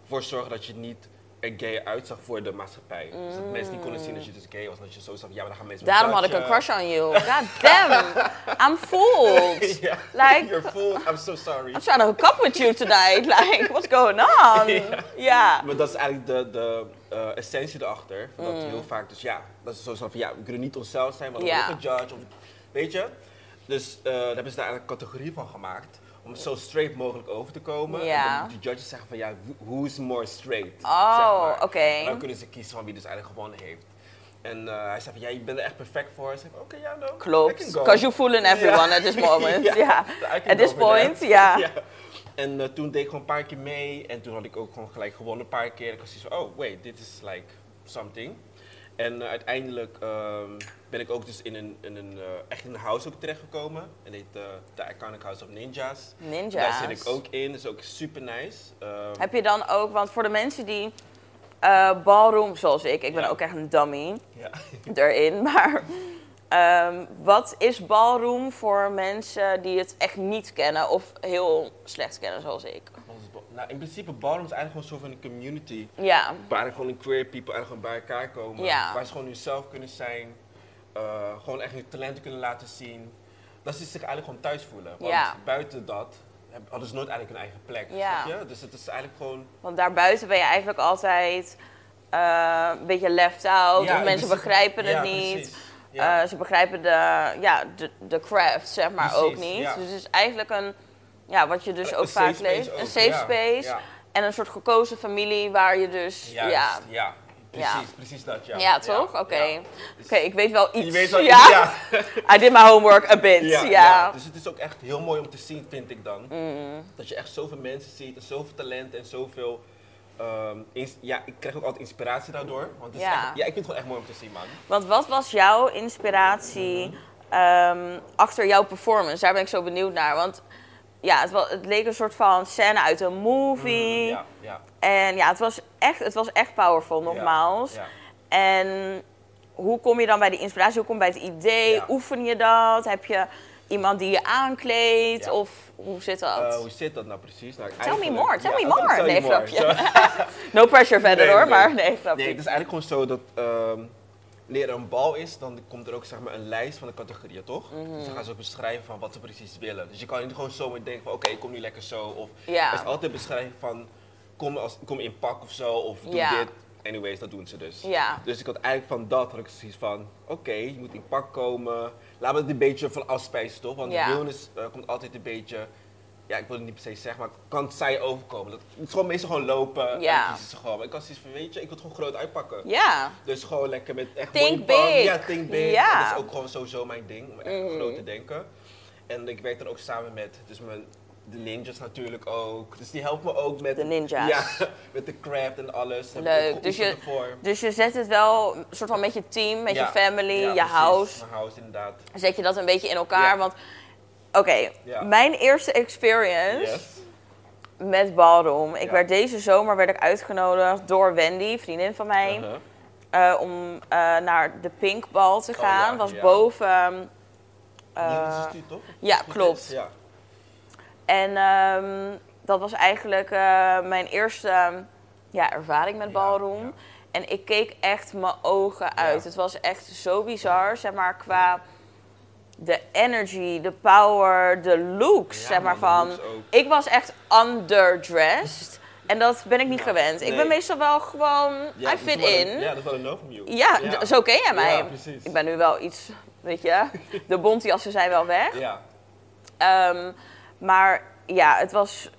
voor zorgen dat je niet er gay uitzag voor de maatschappij. Dus dat mensen niet konden zien dat je dus gay was. En dat je zo zag, ja, maar dan gaan mensen me
Daarom had ik een
judgen.
crush on you. God damn. I'm fooled.
Ja,
Like-
you're fooled, I'm so sorry.
I'm trying to hook up with you tonight. Like, what's going on? Ja.
Maar dat is eigenlijk de, de eh, essentie erachter. van Dat heel vaak, dus ja, dat is sowieso van ja, we kunnen niet onszelf zijn, want we
Mm. Ja.
worden gejudged. Of, weet je? Dus eh, daar hebben ze daar eigenlijk een categorie van gemaakt. Om zo straight mogelijk over te komen.
Ja.
En dan de judges zeggen van ja, wh- who's more straight?
Oh,
zeg maar.
oké.
En dan kunnen ze kiezen van wie dus eigenlijk gewonnen heeft. En eh, hij zei van ja, je bent er echt perfect voor. Ik zei van, oké, ja, no. I
Klopt.
can go.
Because you fooling everyone
Ja.
at this moment. Ja.
I can go
At this
with
point,
that.
ja.
En eh, toen deed ik gewoon een paar keer mee. En toen had ik ook gewoon gelijk gewonnen een paar keer. Ik was zoiets van, oh wait, dit is like something. En eh, uiteindelijk ehm, ben ik ook dus in een, in een eh, echt in een house ook terechtgekomen. En heet eh The Iconic House of Ninjas.
Ninja's.
Daar zit ik ook in. Dat is ook super nice. Ehm,
Heb je dan ook, want voor de mensen die eh ballroom, zoals ik, ik ben
Ja.
ook echt een dummy
ja.
erin, maar ehm, wat is ballroom voor mensen die het echt niet kennen of heel slecht kennen, zoals ik?
nou, in principe, Ballroom is eigenlijk gewoon een soort van een community.
Ja,
waar er gewoon een queer people eigenlijk gewoon bij elkaar komen.
Ja.
Waar ze gewoon hunzelf kunnen zijn. eh, gewoon echt hun talenten kunnen laten zien. Dat ze zich eigenlijk gewoon thuis voelen. Want
Ja.
buiten dat heb- hadden ze nooit eigenlijk hun eigen plek.
Ja.
Snap je? Dus het is eigenlijk gewoon...
want daarbuiten ben je eigenlijk altijd eh, een beetje left out
Ja,
of mensen
precies.
begrijpen het
Ja,
niet.
precies. Ja.
Eh, ze begrijpen de, ja, de, de craft, zeg maar,
Precies,
ook niet.
ja.
Dus het is eigenlijk een, ja, wat je dus
Een-
ook
een
vaak
safe space
leest,
ook,
een safe
ja,
space.
ja.
En een soort gekozen familie waar je dus,
Juist,
ja.
ja. Precies, precies dat. Ja,
Ja, toch? Oké. Dus
ja.
Oké, ik weet wel iets.
Je weet wel,
ja?
ja. Ja.
I did my homework a bit, ja. Mm-hmm.
ja. Dus het is ook echt heel mooi om te zien, vind ik dan. Dat je echt zoveel mensen ziet en zoveel talent en zoveel... ehm, ins- ja, ik krijg ook altijd inspiratie daardoor. Want het is
Ja.
echt- ja, ik vind het gewoon echt mooi om te zien, man.
Want wat was jouw inspiratie ehm, achter jouw performance? Daar ben ik zo benieuwd naar. Want ja, het, wa- het leek een soort van scène uit een movie.
Mm, Ja, ja.
En ja, het was echt, het was echt powerful, nogmaals.
Ja,
En hoe kom je dan bij die inspiratie? Hoe kom je bij het idee?
Ja.
Oefen je dat? Heb je iemand die je aankleedt?
Ja.
Of hoe zit dat?
Eh, hoe zit dat nou precies? Nou,
Tell me
eigenlijk-
more, tell
ja,
me
I can
more.
tell
Nee,
you more.
grapje. no pressure verder
Nee,
hoor,
nee.
maar nee, grapje.
Nee, het is eigenlijk gewoon zo dat ehm wanneer er een bal is, dan komt er ook zeg maar, een lijst van de categorieën, toch?
Mhm.
Dus dan gaan ze ook beschrijven van wat ze precies willen. Dus je kan niet gewoon zomaar denken van oké, ik kom nu lekker zo. Of
Ja.
er is altijd beschrijving van kom, als, kom in pak of zo, of doe
Ja.
dit. Anyways, dat doen ze dus.
Ja.
Dus ik had eigenlijk van dat had ik zoiets van, oké, je moet in pak komen. Laten we het een beetje van afspijzen, toch? Want
Ja.
realness eh, komt altijd een beetje, ja, ik wil het niet per se zeggen, maar kan zij overkomen. Dat, het is gewoon meestal gewoon lopen. en
Ja.
dan kiezen ze gewoon. Maar ik had zoiets van, weet je, ik wil het gewoon groot uitpakken.
Ja,
Dus gewoon lekker met echt
Think
mooie bang.
big.
Ja, think big.
Ja. Mm.
Dat is ook gewoon sowieso mijn ding, om echt groot te denken. En ik werk dan ook samen met, dus mijn, de ninjas natuurlijk ook. Dus die helpt me ook met...
De ninjas.
Ja, met de craft en alles. Heb ik ook
leuk.
geoefend
Dus je,
ervoor.
dus je zet het wel een soort van met je team, met
Ja.
je family,
Ja,
je
precies.
house.
Mijn house, inderdaad.
Zet je dat een beetje in elkaar.
Ja.
Want oké,
Ja.
mijn eerste experience
Yes.
met Ballroom. Ik
Ja.
werd deze zomer werd ik uitgenodigd door Wendy, vriendin van mij,
Uh-huh.
eh, om eh, naar de Pink Ball te
Oh,
gaan.
ja,
was
ja.
boven. ehm, eh,
Niet in het instituut, toch?
ja, klopt.
Ja.
En ehm, dat was eigenlijk eh, mijn eerste ehm, ja, ervaring met
Ja,
ballroom.
ja.
En ik keek echt mijn ogen uit. Het was echt zo bizar, zeg maar, qua de energy, de power, de looks,
Ja,
zeg maar,
man,
van...
de looks ook.
Ik was echt underdressed. en dat ben ik niet gewend. Ik
nee.
ben meestal wel gewoon... I
dat is
fit
wel een-
in.
Ja, dat is wel een no from you.
Ja, d- zo ken jij mij.
Ja, precies.
ik ben nu wel iets, weet je... De bontjassen zijn wel weg.
Ja.
Ehm, maar ja, het was.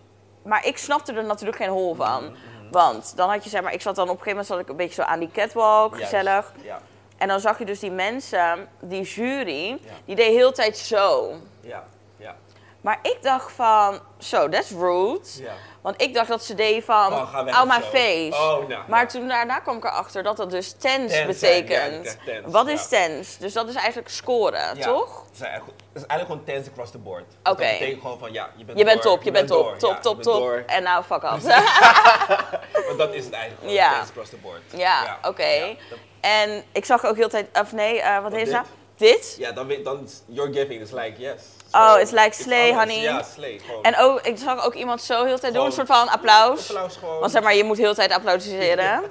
Maar ik snapte er natuurlijk geen hol van.
Mm-hmm.
Want dan had je zeg maar, ik zat dan op een gegeven moment zat ik een beetje zo aan die catwalk,
Juist.
gezellig.
Ja.
En dan zag je dus die mensen, die jury,
Ja.
die deed heel de tijd zo.
Ja. Ja.
Maar ik dacht van, zo, that's rude.
Ja.
Want ik dacht dat ze deed van,
Oh, ga weg
hou
of
my
zo.
face.
Oh, nou,
maar
ja.
toen daarna kwam ik erachter dat dat dus tense
Tense zijn, ja,
betekent.
ik dacht tense,
Wat is
ja.
tense? Dus dat is eigenlijk scoren,
Ja.
toch?
Het is eigenlijk, het is eigenlijk gewoon tense across the board. Dus
Oké.
Dat betekent gewoon van ja, je bent
Je bent
door,
top, je bent top,
door,
top,
ja,
top,
je bent
top.
door.
En nou, fuck af.
Want dat is het eigenlijk gewoon,
Ja.
tense across the board.
Ja, oké.
Ja, dat- Oh,
En ik zag ook heel de tijd, of nee, eh, wat heet
dit?
ze? Dit?
ja, dan weet dan is your giving is like yes.
Oh,
Zo,
it's like
it's
slay,
alles.
honey.
Ja, slay. Gewoon.
En ook, ik zag ook iemand zo heel de tijd doen, een
Gewoon-
soort van applaus.
Applaus gewoon.
Want zeg maar, je moet heel de tijd applaudisseren. Ja,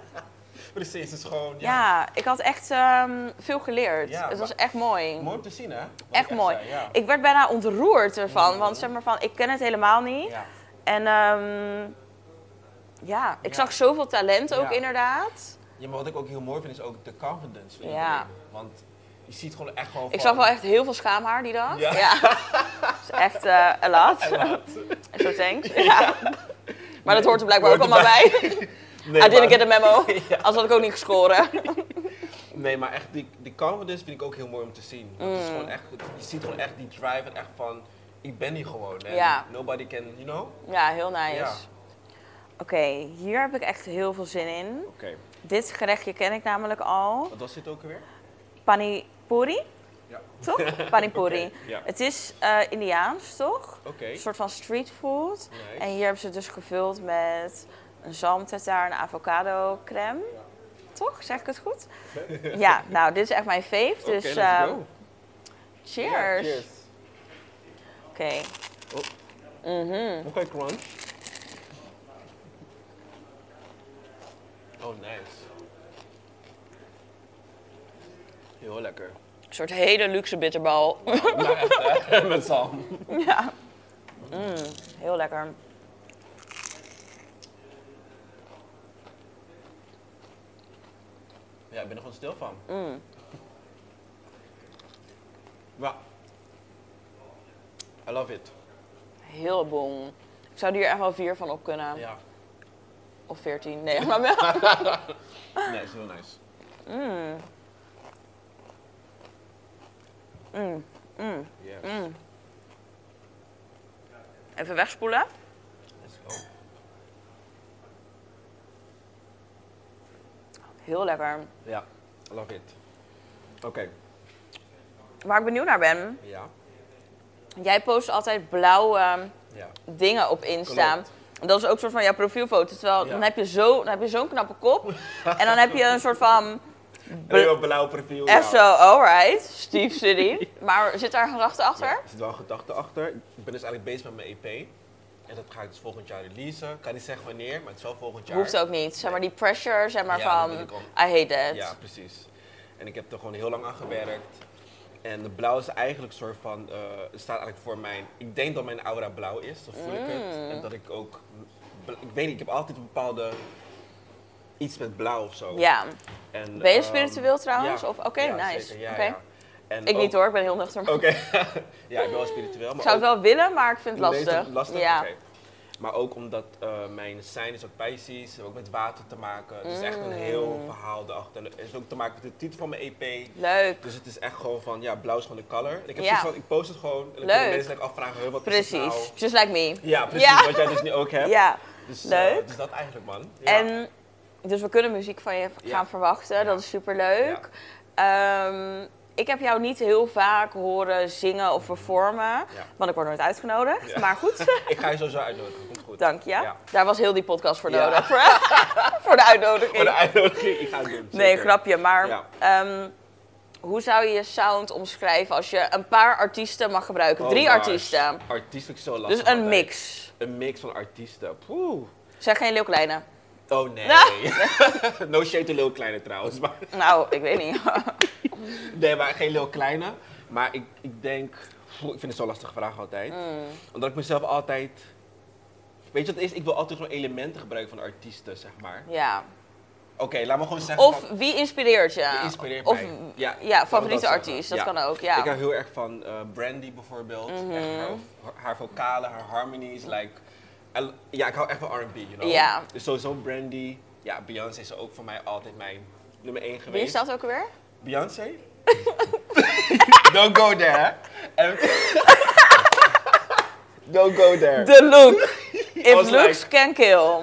Precies, het is gewoon. Ja.
ik had echt ehm, veel geleerd.
Ja,
het was
maar-
echt mooi.
Mooi om te zien, hè? Wat ik
Echt mooi.
zei, ja. Mm.
Ik werd bijna ontroerd ervan, want zeg maar van, ik ken het helemaal niet.
Ja.
En ehm, ja, ik
Ja.
zag zoveel talent ook
Ja.
inderdaad.
Ja, maar wat ik ook heel mooi vind is ook de confidence van
Ja.
iedereen. Want je ziet gewoon echt gewoon
Ik
van-
zag wel echt heel veel schaamhaar die dag. Ja.
Ja.
Dus echt eh a lot. En zo thanks. Ja. Maar dat hoort er blijkbaar ook
Hoort
allemaal bij.
Nee,
I didn't
maar-
get a memo. Anders had ik ook niet gescoren.
Nee, maar echt die, die confidence vind ik ook heel mooi om te zien. Want
Mm.
Het is gewoon echt, je ziet gewoon echt die drive en echt van, ik ben hier gewoon. En
Ja.
Nobody can, you know? Oké.
Ja, heel nice.
Ja.
Oké, hier heb ik echt heel veel zin in. Dit gerechtje ken ik namelijk al.
Wat was dit ook alweer?
Panipuri,
Ja.
toch? Panipuri.
Oké, ja.
Het is eh, Indiaans, toch?
Oké.
Een soort van streetfood.
Nice.
En hier hebben ze het dus gevuld met een zalmtartaar en avocado crème. Toch? Zeg ik het goed? ja, nou, dit is echt mijn fave.
Oké,
Dus
let's
eh,
go. Ja,
cheers.
cheers.
Oké. Hmm.
Nog een crunch. Oh, nice. Heel lekker.
Een soort hele luxe bitterbal.
Maar echt, hè, met zalm.
ja. Mm, heel lekker.
Ja, ik ben er gewoon stil van. Ja. I love it.
Heel bon. Ik zou er hier echt wel vier van op kunnen.
Ja.
Of veertien. Nee, maar wel.
Nee, is heel nice. Yes.
Even wegspoelen.
Let's go.
Heel lekker.
Ja, I love it. Oké,
Waar ik benieuwd naar ben.
ja.
Jij post altijd blauwe
Ja.
dingen op Insta.
Klopt.
En Dat is ook een soort van jouw profielfoto. Terwijl
Ja.
dan heb je zo- dan heb je zo'n knappe kop. en dan heb je een soort van...
Heel blauw profiel.
Echt
ja.
zo, alright. Steve City. Maar zit daar een gedachte achter?
Er zit wel een gedachte achter. Ik ben dus eigenlijk bezig met mijn EP. En dat ga ik dus volgend jaar releasen. Ik kan niet zeggen wanneer, maar het is wel volgend jaar.
Hoeft ook niet. Zeg maar die pressure, zeg maar
Ja, dat
van,
wil ik
I
ook.
hate that.
Ja, precies. En ik heb er gewoon heel lang aan gewerkt. En de blauw is eigenlijk een soort van, eh, het staat eigenlijk voor mijn, ik denk dat mijn aura blauw is, dat voel ik het.
Mm.
En dat ik ook, ik weet niet, ik heb altijd een bepaalde, iets met blauw of zo.
Ja.
En,
Ben je
ehm,
spiritueel trouwens? Of- oké,
ja,
nice.
zeker. Ja,
Oké.
ja. En
Ik niet
ook-
hoor, ik ben heel nuchter. maar
Oké, ja, ik ben wel spiritueel, maar
Ik zou het
ook-
wel willen, maar ik vind het
Nee, is
lastig.
dat lastig?
Ja.
Oké. Maar ook omdat eh, mijn sign is ook Pisces, heeft ook met water te maken. Het is echt een
Mm.
heel verhaal erachter. En Het heeft ook te maken met de titel van mijn EP.
Leuk.
Dus het is echt gewoon van, ja, blauw is gewoon de color. En ik, heb
Ja.
zoiets van, ik post het gewoon en dan
Leuk.
kunnen mensen like afvragen, "Huh, wat is het
Precies.
nou?
Just like me.
Ja, precies,
Ja.
wat jij dus nu ook hebt.
Ja.
Dus, eh,
Leuk.
dus dat eigenlijk, man. Ja.
En dus we kunnen muziek van je v- gaan
Ja.
verwachten. Dat is superleuk. leuk. Ehm, ik heb jou niet heel vaak horen zingen of performen, want ik word nooit uitgenodigd.
Ja.
Maar goed,
Ik ga je sowieso uitnodigen. Komt goed.
dank je.
Ja.
Daar was heel die podcast voor
Ja.
nodig, voor, voor de uitnodiging.
Voor de uitnodiging, ik ga het doen.
Nee,
zeker.
grapje, maar
Ja.
ehm, hoe zou je je sound omschrijven als je een paar artiesten mag gebruiken?
Oh,
Drie
maar
artiesten.
Artiest vind ik zo lastig.
Dus een
altijd.
mix.
Een mix van artiesten. Poeh.
Zeg geen Leeuw Kleine.
Oh nee. no shade to Lil Kleine trouwens. Maar,
Nou, ik weet niet.
nee, maar geen Lil Kleine. Maar ik, ik denk... Poeh, ik vind het zo'n lastige vraag altijd.
Mm.
Omdat ik mezelf altijd... Weet je wat het is? Ik wil altijd gewoon elementen gebruiken van artiesten, zeg maar.
ja.
Oké, laat me gewoon zeggen...
Of
van-
wie inspireert je?
Je inspireert
of,
mij.
Ja,
laten we dat
favoriete
zeggen.
artiest. Dat
Ja.
kan ook, ja. Mhm.
Ik hou heel erg van eh, Brandy bijvoorbeeld. Echt haar, haar vocalen, haar harmonies. Like, I- ja, ik hou echt van R&B, you know?
Ja.
Dus sowieso Brandy. Ja, Beyoncé is ook voor mij altijd mijn nummer één geweest.
Wie is dat ook weer?
Beyoncé? Don't go there. En- Don't go there.
The Look. If
was
looks
like-
can kill.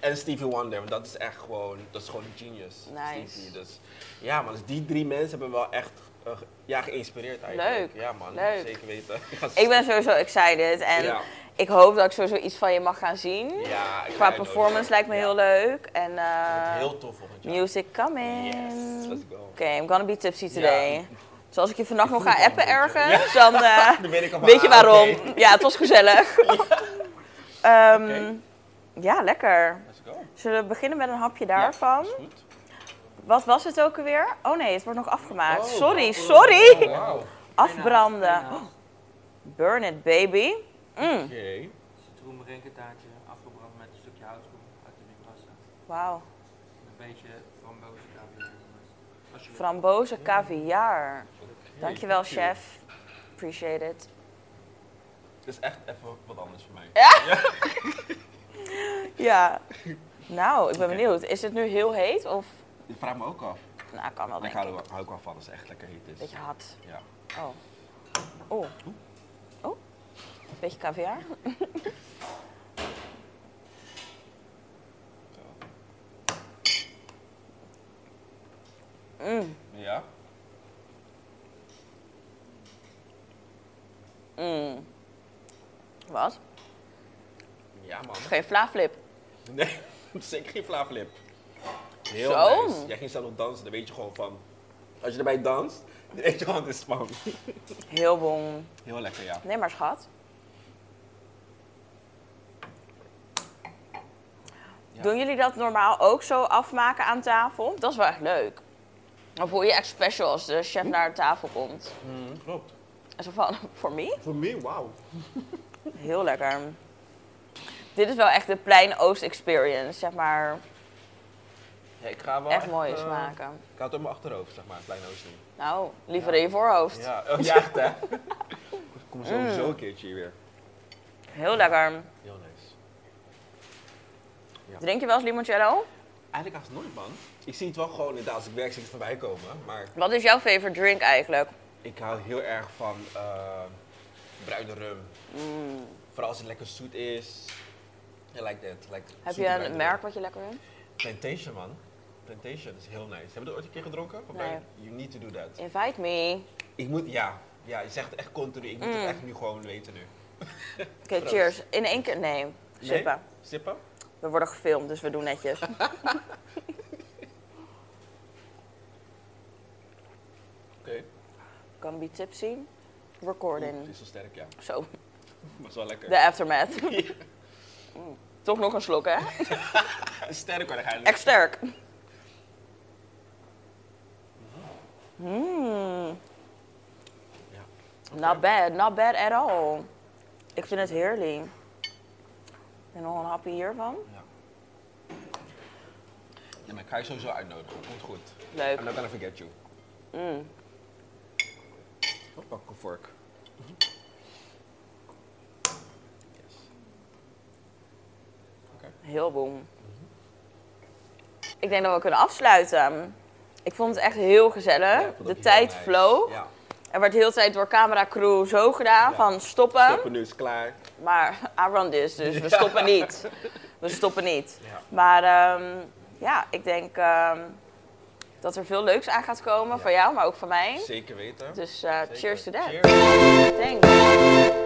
En Stevie Wonder, want dat is echt gewoon, dat is gewoon een genius.
Nice.
Stevie, dus, ja man, dus die drie mensen hebben me wel echt eh, ge- ja, geïnspireerd eigenlijk.
Leuk,
Ja man,
leuk.
zeker weten. Ik, ga-
Ik ben sowieso excited. En
Ja.
ik hoop dat ik sowieso iets van je mag gaan zien.
Ja, ik
Qua
ga uitnodigen.
performance lijkt me
Ja.
heel leuk. En eh,
Wordt heel tof volgend jaar.
music coming.
Yes, let's go.
Oké, I'm gonna be tipsy today.
Ja.
Dus als ik je vannacht nog ga
voel het
appen
al een beetje.
ergens, dan eh,
Dan ben ik al van,
weet je
ah,
waarom.
oké.
Ja, het was gezellig. Ehm,
Oké.
Ja, lekker.
Let's go.
Zullen we beginnen met een hapje
Ja,
daarvan?
is goed.
Wat was het ook alweer? Oh nee, het wordt nog afgemaakt.
Oh,
sorry,
oh,
sorry.
oh, Wauw. Oké.
Afbranden.
eh,
Burn it, baby. Mm.
Citroenbrenkentaartje, afgebrand met een stukje houtskoen uit de witwassen.
Wauw.
En Een beetje frambozen kaviaar. ernaast. Als je wil.
Frambozen caviar.
Oké,
Dankjewel,
thank you.
chef. Appreciate it.
Het is echt even wat anders voor mij.
Ja. Nou, ik ben
Oké.
benieuwd. Is het nu heel heet of...
Ik vraag me ook af.
Nou, kan wel,
Ik
denk
hou
ik.
er wel- hou ook wel van als het echt lekker heet is.
Beetje hard.
Ja.
Oh. Oh. Oh. Beetje caviar. Mm,
Ja?
mm. Wat?
Ja man.
Geen flaaflip.
Nee, zeker geen flaaflip. Heel
Zo.
nice. Jij ging zelf nog dansen, daar weet je gewoon van. Als je erbij danst, dan weet je gewoon het is van.
Heel bon.
Heel lekker, ja.
Nee, maar schat.
Ja.
Doen jullie dat normaal ook zo afmaken aan tafel? Dat is wel echt leuk. Dan voel je je echt special als de
Hm?
chef naar de tafel komt.
Klopt.
En zo van, voor me?
Voor mij, wauw.
Heel lekker. Dit is wel echt de Plein Oost experience, zeg maar.
Ja, ik ga wel
Echt mooie
eh,
smaken.
Ik had het in mijn achterhoofd, zeg maar, klein oosten.
Nou, liever in je voorhoofd.
Ja, oh, ja echt hè. Kom
Mm.
sowieso een keertje hier weer.
Heel lekker.
Heel nice.
Drink je wel eens limoncello?
Eigenlijk haast nooit, man. Ik zie het wel gewoon inderdaad als ik werk zie ik het voorbij komen. Maar
Wat is jouw favorite drink eigenlijk?
ik hou heel erg van eh, bruine rum.
Mm.
Vooral als het lekker zoet is. I like that. Like
Heb
zoete
je
bruine
een
rum.
merk wat je lekker vindt?
Plantation, man. Plantation is heel nice. Hebben we dat ooit een keer gedronken? Of
Nee.
ben- You need to do that.
Invite me.
Ik moet, ja. Ja, je zegt het echt continu. Ik moet
Mm.
het echt nu gewoon weten nu.
Oké, cheers. In één keer? Nee,
Nee?
sippen.
Sippen?
We worden gefilmd, dus we doen netjes.
Oké.
Gonna be tipsy.
Oeh, Het
Recording.
is zo sterk, ja. Maar
Zo,
het is wel lekker.
de aftermath. Mm, Toch nog een slok, hè?
Sterk hoor, eigenlijk.
Echt sterk. Mm,
Ja.
not bad, not bad at all. Ik vind het heerlijk. En nog een hapje hiervan.
Ja. Ja, maar ik ga je sowieso uitnodigen. Komt goed.
Leuk.
I'm not gonna forget you.
Mm.
Wat pak een vork? Yes. Oké.
Heel boem. Ik denk dat we kunnen afsluiten. Ik vond het echt heel gezellig.
Ja, ik vond het
de
heel
tijd
nice.
vloog.
Ja.
Er werd heel de tijd door cameracrew zo gedaan
Ja.
van stoppen.
Stoppen nu is klaar.
Maar Aaron is, dus we stoppen niet. We stoppen niet.
Ja.
Maar ehm, ja, ik denk ehm, dat er veel leuks aan gaat komen van jou, maar ook van mij.
Zeker weten.
Dus eh,
Zeker.
cheers to that.
Cheers.
Thanks.